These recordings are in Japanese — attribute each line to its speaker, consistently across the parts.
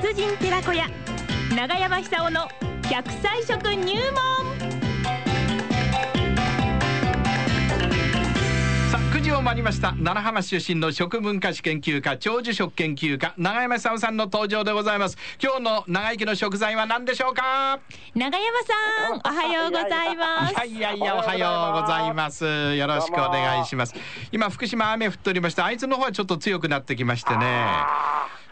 Speaker 1: 小屋長山久夫の100歳食入門
Speaker 2: さあ9時を回りました奈良浜市出身の食文化史研究家長寿食研究家永山久夫さんの登場でございます今日の長生きの食材は何でしょうか
Speaker 1: 長山さんおはようございます
Speaker 2: いやいやいやおはようございますよろしくお願いします今福島雨降っておりましてあいつの方はちょっと強くなってきましてね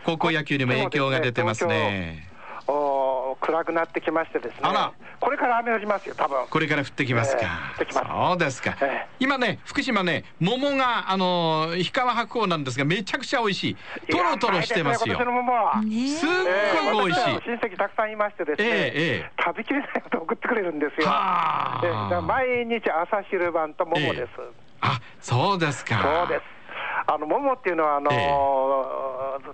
Speaker 2: 高校野球にも影響が出てますね
Speaker 3: お暗くなってきましてですね
Speaker 2: あら
Speaker 3: これから雨降りますよ多分
Speaker 2: これから降ってきますか、
Speaker 3: ええ降ってきま
Speaker 2: そうですか、
Speaker 3: ええ
Speaker 2: 今ね福島ね桃があのー氷川白鵬なんですがめちゃくちゃ美味しいトロトロしてますよ
Speaker 3: いやうまいですね今年の桃
Speaker 1: ね
Speaker 2: すっごい
Speaker 3: は、
Speaker 2: 美味しい
Speaker 3: 私は親戚たくさんいましてですね、
Speaker 2: えええ
Speaker 3: 食べきれないこと送ってくれるんですよ、
Speaker 2: は
Speaker 3: ええだから
Speaker 2: あ
Speaker 3: 毎日朝昼晩と桃です、
Speaker 2: ええあそうですか
Speaker 3: そうですあの桃っていうのはあのー
Speaker 2: え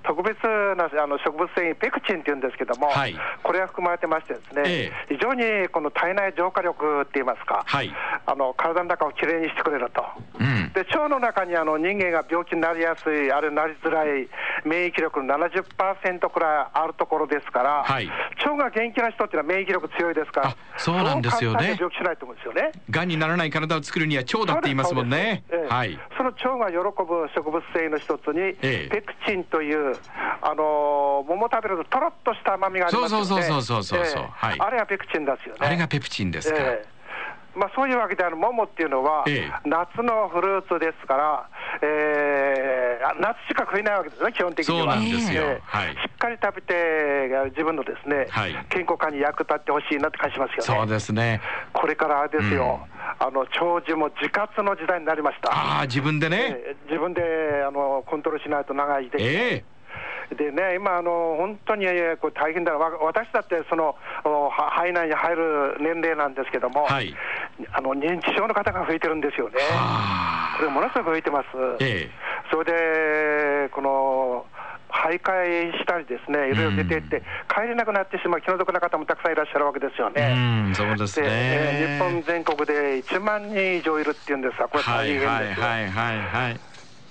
Speaker 3: 特別なあの植物繊維ペクチンっていうんですけども、
Speaker 2: はい
Speaker 3: これが含まれてましてですね、
Speaker 2: え
Speaker 3: 非常にこの体内浄化力って言いますか、
Speaker 2: はい
Speaker 3: あの体の中をきれいにしてくれると。
Speaker 2: うん
Speaker 3: で腸の中にあの人間が病気になりやすい、あるいはなりづらい、免疫力の70%くらいあるところですから、
Speaker 2: はい
Speaker 3: 腸が元気な人っていうのは免疫力強いですから
Speaker 2: あ、そうなんですよね
Speaker 3: そう簡単に病気しないと思うんですよね。
Speaker 2: がんにならない体を作るには腸だって言いますもんね
Speaker 3: そうですそうですええ
Speaker 2: はい
Speaker 3: その腸が喜ぶ植物性の一つに、
Speaker 2: ええ
Speaker 3: ペクチンという、あのー桃食べるととろっとした甘みがありますよね。
Speaker 2: そうそうそうそうそうそうはい
Speaker 3: あれがペクチンですよね。
Speaker 2: あれがペプチンですか、
Speaker 3: ええまあ、そういうわけで、あの桃っていうのは、
Speaker 2: ええ
Speaker 3: 夏のフルーツですから、ええあ夏しか食えないわけですね、基本的には。
Speaker 2: そうなんですよ
Speaker 3: ええ
Speaker 2: はい
Speaker 3: しっかり食べて、自分のですね、
Speaker 2: はい
Speaker 3: 健康化に役立ってほしいなって感じしますよ
Speaker 2: そう
Speaker 3: ね。
Speaker 2: ですね
Speaker 3: これからあれですよ、あの長寿も自活の時代になりました。
Speaker 2: ああ自分でね
Speaker 3: ええ自分であのコントロールしないと長いで
Speaker 2: ええ
Speaker 3: でね、今、あの本当にえーこれ大変だな、わ私だってそのおは肺内に入る年齢なんですけども、
Speaker 2: はい
Speaker 3: あの認知症の方が増えてるんですよね、
Speaker 2: あ
Speaker 3: これ、ものすごく増えてます。
Speaker 2: ええ
Speaker 3: それでこの徘徊したりですね、いろいろ出ていって、
Speaker 2: うん
Speaker 3: 帰れなくなってしまう気の毒な方もたくさんいらっしゃるわけですよ
Speaker 2: あう
Speaker 3: ね。
Speaker 2: んそうです
Speaker 3: で、
Speaker 2: ね
Speaker 3: えー日本全国で1万人以上いるっていうんですが、これ大
Speaker 2: はい
Speaker 3: 変ですよ。
Speaker 2: はいはいはいはい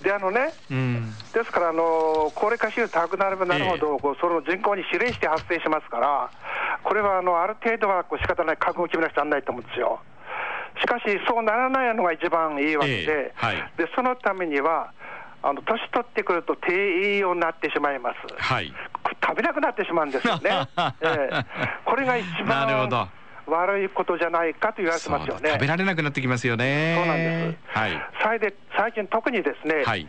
Speaker 3: で、あのね、
Speaker 2: うん
Speaker 3: ですから、あの高齢化手術高くなればなるほど、こうその人口に比例して発生しますから、これはあのある程度はこう仕方ない、覚悟を決めなくちゃならないと思うんですよ。しかし、そうならないのが一番いいわけで、
Speaker 2: ええはい
Speaker 3: でそのためには、あの年取ってくると低栄養になってしまいます。
Speaker 2: はい
Speaker 3: 食べなくなってしまうんですよ ね。ええこれが一
Speaker 2: なるほど
Speaker 3: 番悪いことじゃないかと言われてますよ
Speaker 2: そうだ
Speaker 3: ね
Speaker 2: 食べ。られなくなってきますよね
Speaker 3: そうなんです
Speaker 2: はい
Speaker 3: それで最近特にですね、
Speaker 2: はい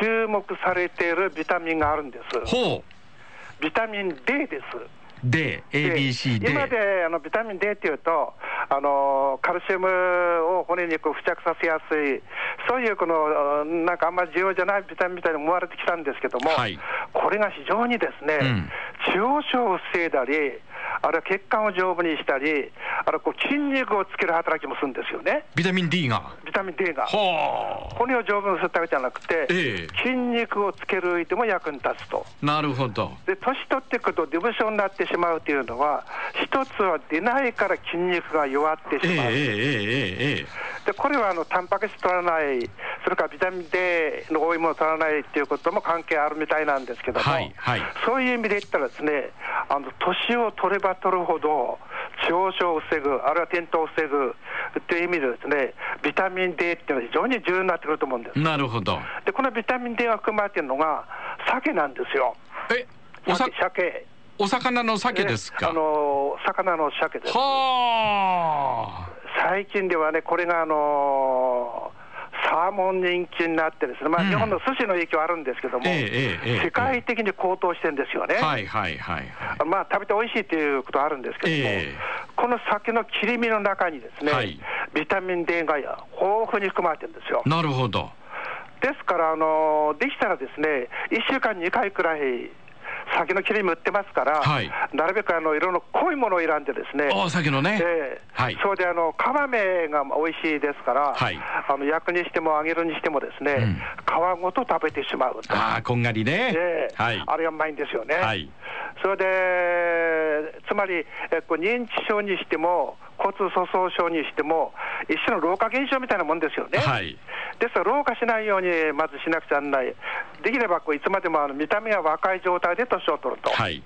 Speaker 3: 注目されているビタミンがあるんです。
Speaker 2: ほう
Speaker 3: ビタミン D です。
Speaker 2: で ABC で
Speaker 3: 今であのビタミン D っていうと、あのカルシウムを骨にこう付着させやすい、そういうこのうんなんかあんまり重要じゃないビタミンみたいに思われてきたんですけども、
Speaker 2: はい
Speaker 3: これが非常にですね、
Speaker 2: うん
Speaker 3: 中央症を防いだり、あるいは血管を丈夫にしたり、あるいはこう筋肉をつける働きもするんですよね、
Speaker 2: ビタミン D が
Speaker 3: ビタミン D が。
Speaker 2: ほ
Speaker 3: 骨を丈夫にするためじゃなくて、
Speaker 2: ええ
Speaker 3: 筋肉をつける上でも役に立つと。
Speaker 2: うなるほど
Speaker 3: で年取ってくるとデブ症になってしまうというのは一つは出ないから筋肉が弱って
Speaker 2: ええ
Speaker 3: しまう、
Speaker 2: ええええええ
Speaker 3: でこれはあのタンパク質取らないそれからビタミン D の多いものを取らないっていうことも関係あるみたいなんですけども、
Speaker 2: はいはい
Speaker 3: そういう意味で言ったらですねあの年を取れば取るほど上昇を防ぐあるいは転倒を防ぐっていう意味でですねビタミン D っていうのは非常に重要になってくると思うんです
Speaker 2: なるほど
Speaker 3: でこのビタミン D が含まれているのが鮭なんですよ
Speaker 2: えおさ
Speaker 3: 鮭鮭
Speaker 2: お魚の鮭ですか
Speaker 3: あの魚の鮭です。
Speaker 2: はあ
Speaker 3: 最近ではね、これがあのサーモン人気になってですね、まあ、
Speaker 2: うん
Speaker 3: 日本の寿司の影響あるんですけども、
Speaker 2: ええええええ
Speaker 3: 世界的に高騰してるんですよね。
Speaker 2: はいはいはいはい
Speaker 3: まあ、食べて美味しいということはあるんですけども、
Speaker 2: ええ
Speaker 3: この鮭の切り身の中にですね、
Speaker 2: はい
Speaker 3: ビタミン D が豊富に含まれてるんですよ。
Speaker 2: なるほど
Speaker 3: ですから、あのできたらですね、1週間2回くらい、酒の切り身売ってますから、
Speaker 2: はい
Speaker 3: なるべくあの色の濃いものを選んでですね、
Speaker 2: お酒のね
Speaker 3: ええ
Speaker 2: はい
Speaker 3: それであの皮目が美味しいですから、
Speaker 2: はい
Speaker 3: あの焼くにしても揚げるにしてもですね、
Speaker 2: うん
Speaker 3: 皮ごと食べてしまうと、
Speaker 2: ああこんがりね
Speaker 3: ええ
Speaker 2: はい
Speaker 3: あれがうまいんですよね。
Speaker 2: はい
Speaker 3: それでつまり、えこう認知症にしても、骨粗鬆症にしても、一種の老化現象みたいなもんですよね。
Speaker 2: はい
Speaker 3: ですから、老化しないようにまずしなくちゃならない、できればこういつまでもあの見た目が若い状態で年を取ると、
Speaker 2: はい。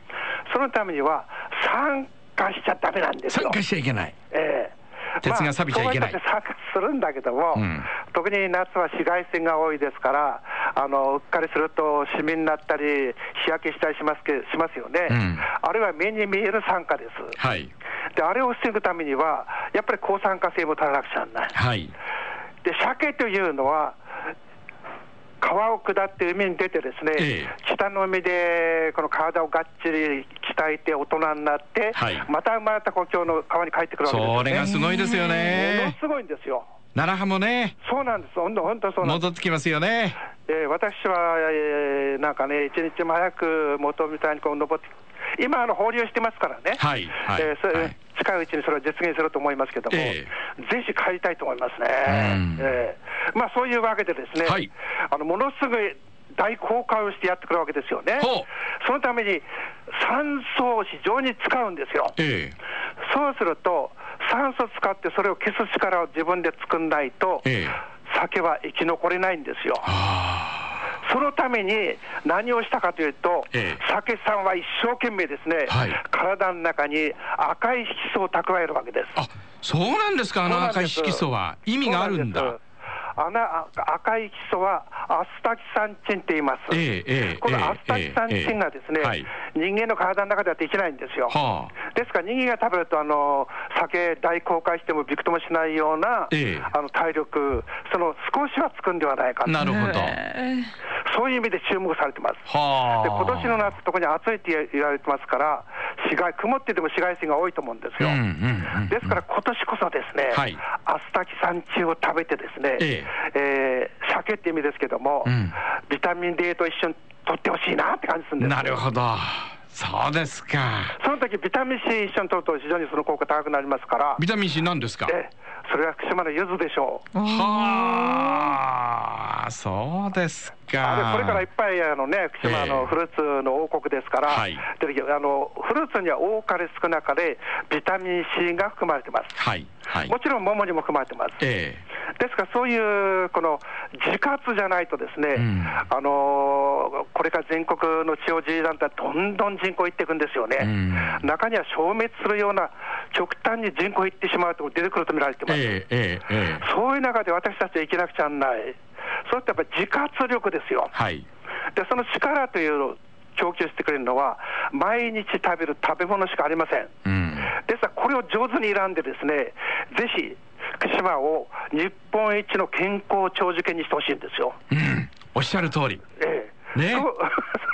Speaker 3: そのためには、酸化しちゃだめなんです
Speaker 4: 参
Speaker 3: よ。
Speaker 4: 加しちゃいけない。
Speaker 3: ええ
Speaker 2: 鉄が錆びちゃいけない
Speaker 3: まあ、そうったって酸化するんだけども、
Speaker 2: うん
Speaker 3: 特に夏は紫外線が多いですから、あのうっかりすると、シミになったり、日焼けしたりしますけしますよね、
Speaker 2: うん
Speaker 3: あるいは目に見える酸化です、
Speaker 2: はい。
Speaker 3: で、あれを防ぐためには、やっぱり抗酸化性も足らなくちゃならない。
Speaker 2: はい。
Speaker 3: で鮭というのは川を下って海に出てですね、
Speaker 2: え
Speaker 3: 北の海でこの体をがっちり鍛えて大人になって、
Speaker 2: はい
Speaker 3: また生まれた故郷の川に帰ってくるわけです
Speaker 2: そ
Speaker 3: よ
Speaker 2: れ
Speaker 3: ね。
Speaker 2: がすごいですよ
Speaker 3: もの
Speaker 2: ね。
Speaker 3: すごいんですよ。
Speaker 2: 奈良浜もね、
Speaker 3: そうなんです。本当本当そうなんです。
Speaker 2: 戻ってきますよね。
Speaker 3: えー私は、えーなんかね一日も早く元みたいにこう登って、今あの放流してますからね。
Speaker 2: はいはい
Speaker 3: えーそれ
Speaker 2: はい
Speaker 3: 近いうちにそれを実現すると思いますけども、
Speaker 2: え
Speaker 3: ぜひ帰りたいと思いますね。
Speaker 2: うん
Speaker 3: えーまあそういうわけでですね。
Speaker 2: はい
Speaker 3: あのものすごい大公開をしてやってくるわけですよね
Speaker 2: ほう。
Speaker 3: そのために酸素を非常に使うんですよ。
Speaker 2: え
Speaker 3: そうすると、酸素使ってそれを消す力を自分で作んないと、
Speaker 2: ええ
Speaker 3: 酒は生き残れないんですよ。
Speaker 2: あ
Speaker 3: そのために何をしたかというと、
Speaker 2: ええ
Speaker 3: 酒さんは一生懸命ですね、
Speaker 2: はい
Speaker 3: 体の中に赤い色素を蓄えるわけです。
Speaker 2: あ。あ、そうなんですか、あ
Speaker 3: そう
Speaker 2: の
Speaker 3: なんです
Speaker 2: 赤い色素は。意味があるん
Speaker 3: そうな
Speaker 2: だ
Speaker 3: で。すあのあ赤い色素はアスタキサンチンって言います。
Speaker 2: ええええ
Speaker 3: このアスタ
Speaker 2: ええ
Speaker 3: キサンチンがですね、
Speaker 2: ええはい
Speaker 3: 人間の体の中ではできないんですよ。
Speaker 2: はあ。
Speaker 3: ですから人間が食べるとあの酒大公開してもびくともしないような、
Speaker 2: ええ
Speaker 3: あの体力その少しはつくんではないかと
Speaker 2: なるほど。
Speaker 3: そういう意味で注目されてます。
Speaker 2: はあ。
Speaker 3: で今年の夏、特に暑いって言われてますから、紫外曇ってても紫外線が多いと思うんですよ。
Speaker 2: うんうんうんうん
Speaker 3: ですから今年こそですね、
Speaker 2: はい
Speaker 3: アスタキサンチンを食べてですね、
Speaker 2: え
Speaker 3: えー鮭って意味ですけども、
Speaker 2: うん
Speaker 3: ビタミン D と一緒に取ってほしいなって感じするんですよ
Speaker 2: なるほど。そうですか。
Speaker 3: その時ビタミン C 一緒に取ると非常にその効果高くなりますから、
Speaker 2: ビタミン C なんですか。
Speaker 3: えそれは福島の柚子でしょう。
Speaker 2: はあ、そうです
Speaker 3: あれ
Speaker 2: か。
Speaker 3: これからいっぱいあの、ね、福島
Speaker 2: ええ
Speaker 3: のフルーツの王国ですから、
Speaker 2: はい
Speaker 3: 出てきてあのフルーツには多かれ少なかれ、ビタミン C が含まれてます。
Speaker 2: はい、はい
Speaker 3: も。ちろん桃にも含まれてます。
Speaker 2: ええ
Speaker 3: ですから、そういうこの自活じゃないと、ですね、
Speaker 2: うん
Speaker 3: あのこれから全国の地方自治団体、どんどん人口いっていくんですよね、
Speaker 2: うん
Speaker 3: 中には消滅するような、極端に人口いってしまうところ出てくると見られてます。
Speaker 2: ええええええ
Speaker 3: そういう中で私たちは生きなくちゃならない、そういったやっぱり自活力ですよ、
Speaker 2: はい。
Speaker 3: でその力というのを供給してくれるのは、毎日食べる食べ物しかありません。
Speaker 2: うん。
Speaker 3: ですから、これを上手に選んで、ですねぜひ福島を日本一の健康長寿県にしてほしいんですよ。
Speaker 2: うんおっしゃる通り。
Speaker 3: ええ
Speaker 2: ね
Speaker 3: そそ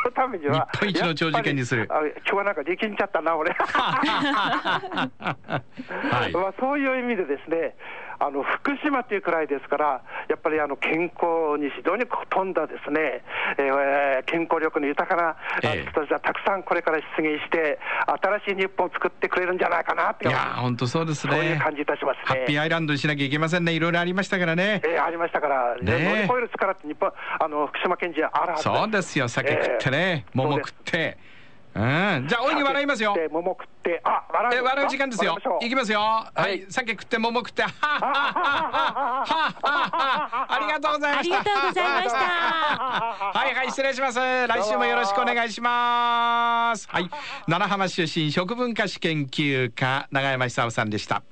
Speaker 3: の ためには、
Speaker 2: 日本一の長寿県にする
Speaker 3: やっぱりあ今日はなんか力んじゃったな、俺。
Speaker 2: はい。
Speaker 3: まあ、そういう意味でですね、あの福島というくらいですから、やっぱりあの健康に非常に富んだですね、えー健康力の豊かなあ
Speaker 2: ええ
Speaker 3: 人たちがたくさんこれから出現して、新しい日本を作ってくれるんじゃないかなって
Speaker 2: いやー、本当そうです
Speaker 3: そういう
Speaker 2: ね。
Speaker 3: 感じいたします
Speaker 2: ハ
Speaker 3: ね。
Speaker 2: ッピーアイランドにしなきゃいけませんね。いろいろありましたからね。
Speaker 3: えーありましたから、ね
Speaker 2: ねえ
Speaker 3: 乗り越える力って日本、あの福島県人はあるはず
Speaker 2: そうですよ。酒食ってね、桃食って。うん。じゃあ、大いに笑いますよ。
Speaker 3: で桃食って、あ笑
Speaker 2: え
Speaker 3: うんか
Speaker 2: 笑う時間ですよ
Speaker 3: 笑いましょう。
Speaker 2: いきますよ。はい。酒食って桃食って。はっはっはっはっはっはありがとうござい
Speaker 1: あ
Speaker 2: まし
Speaker 1: り
Speaker 2: た。
Speaker 1: がとうございました。
Speaker 2: はいはい失礼します来週もよろしくお願いしますはい奈良浜出身食文化史研究家永山久夫さんでした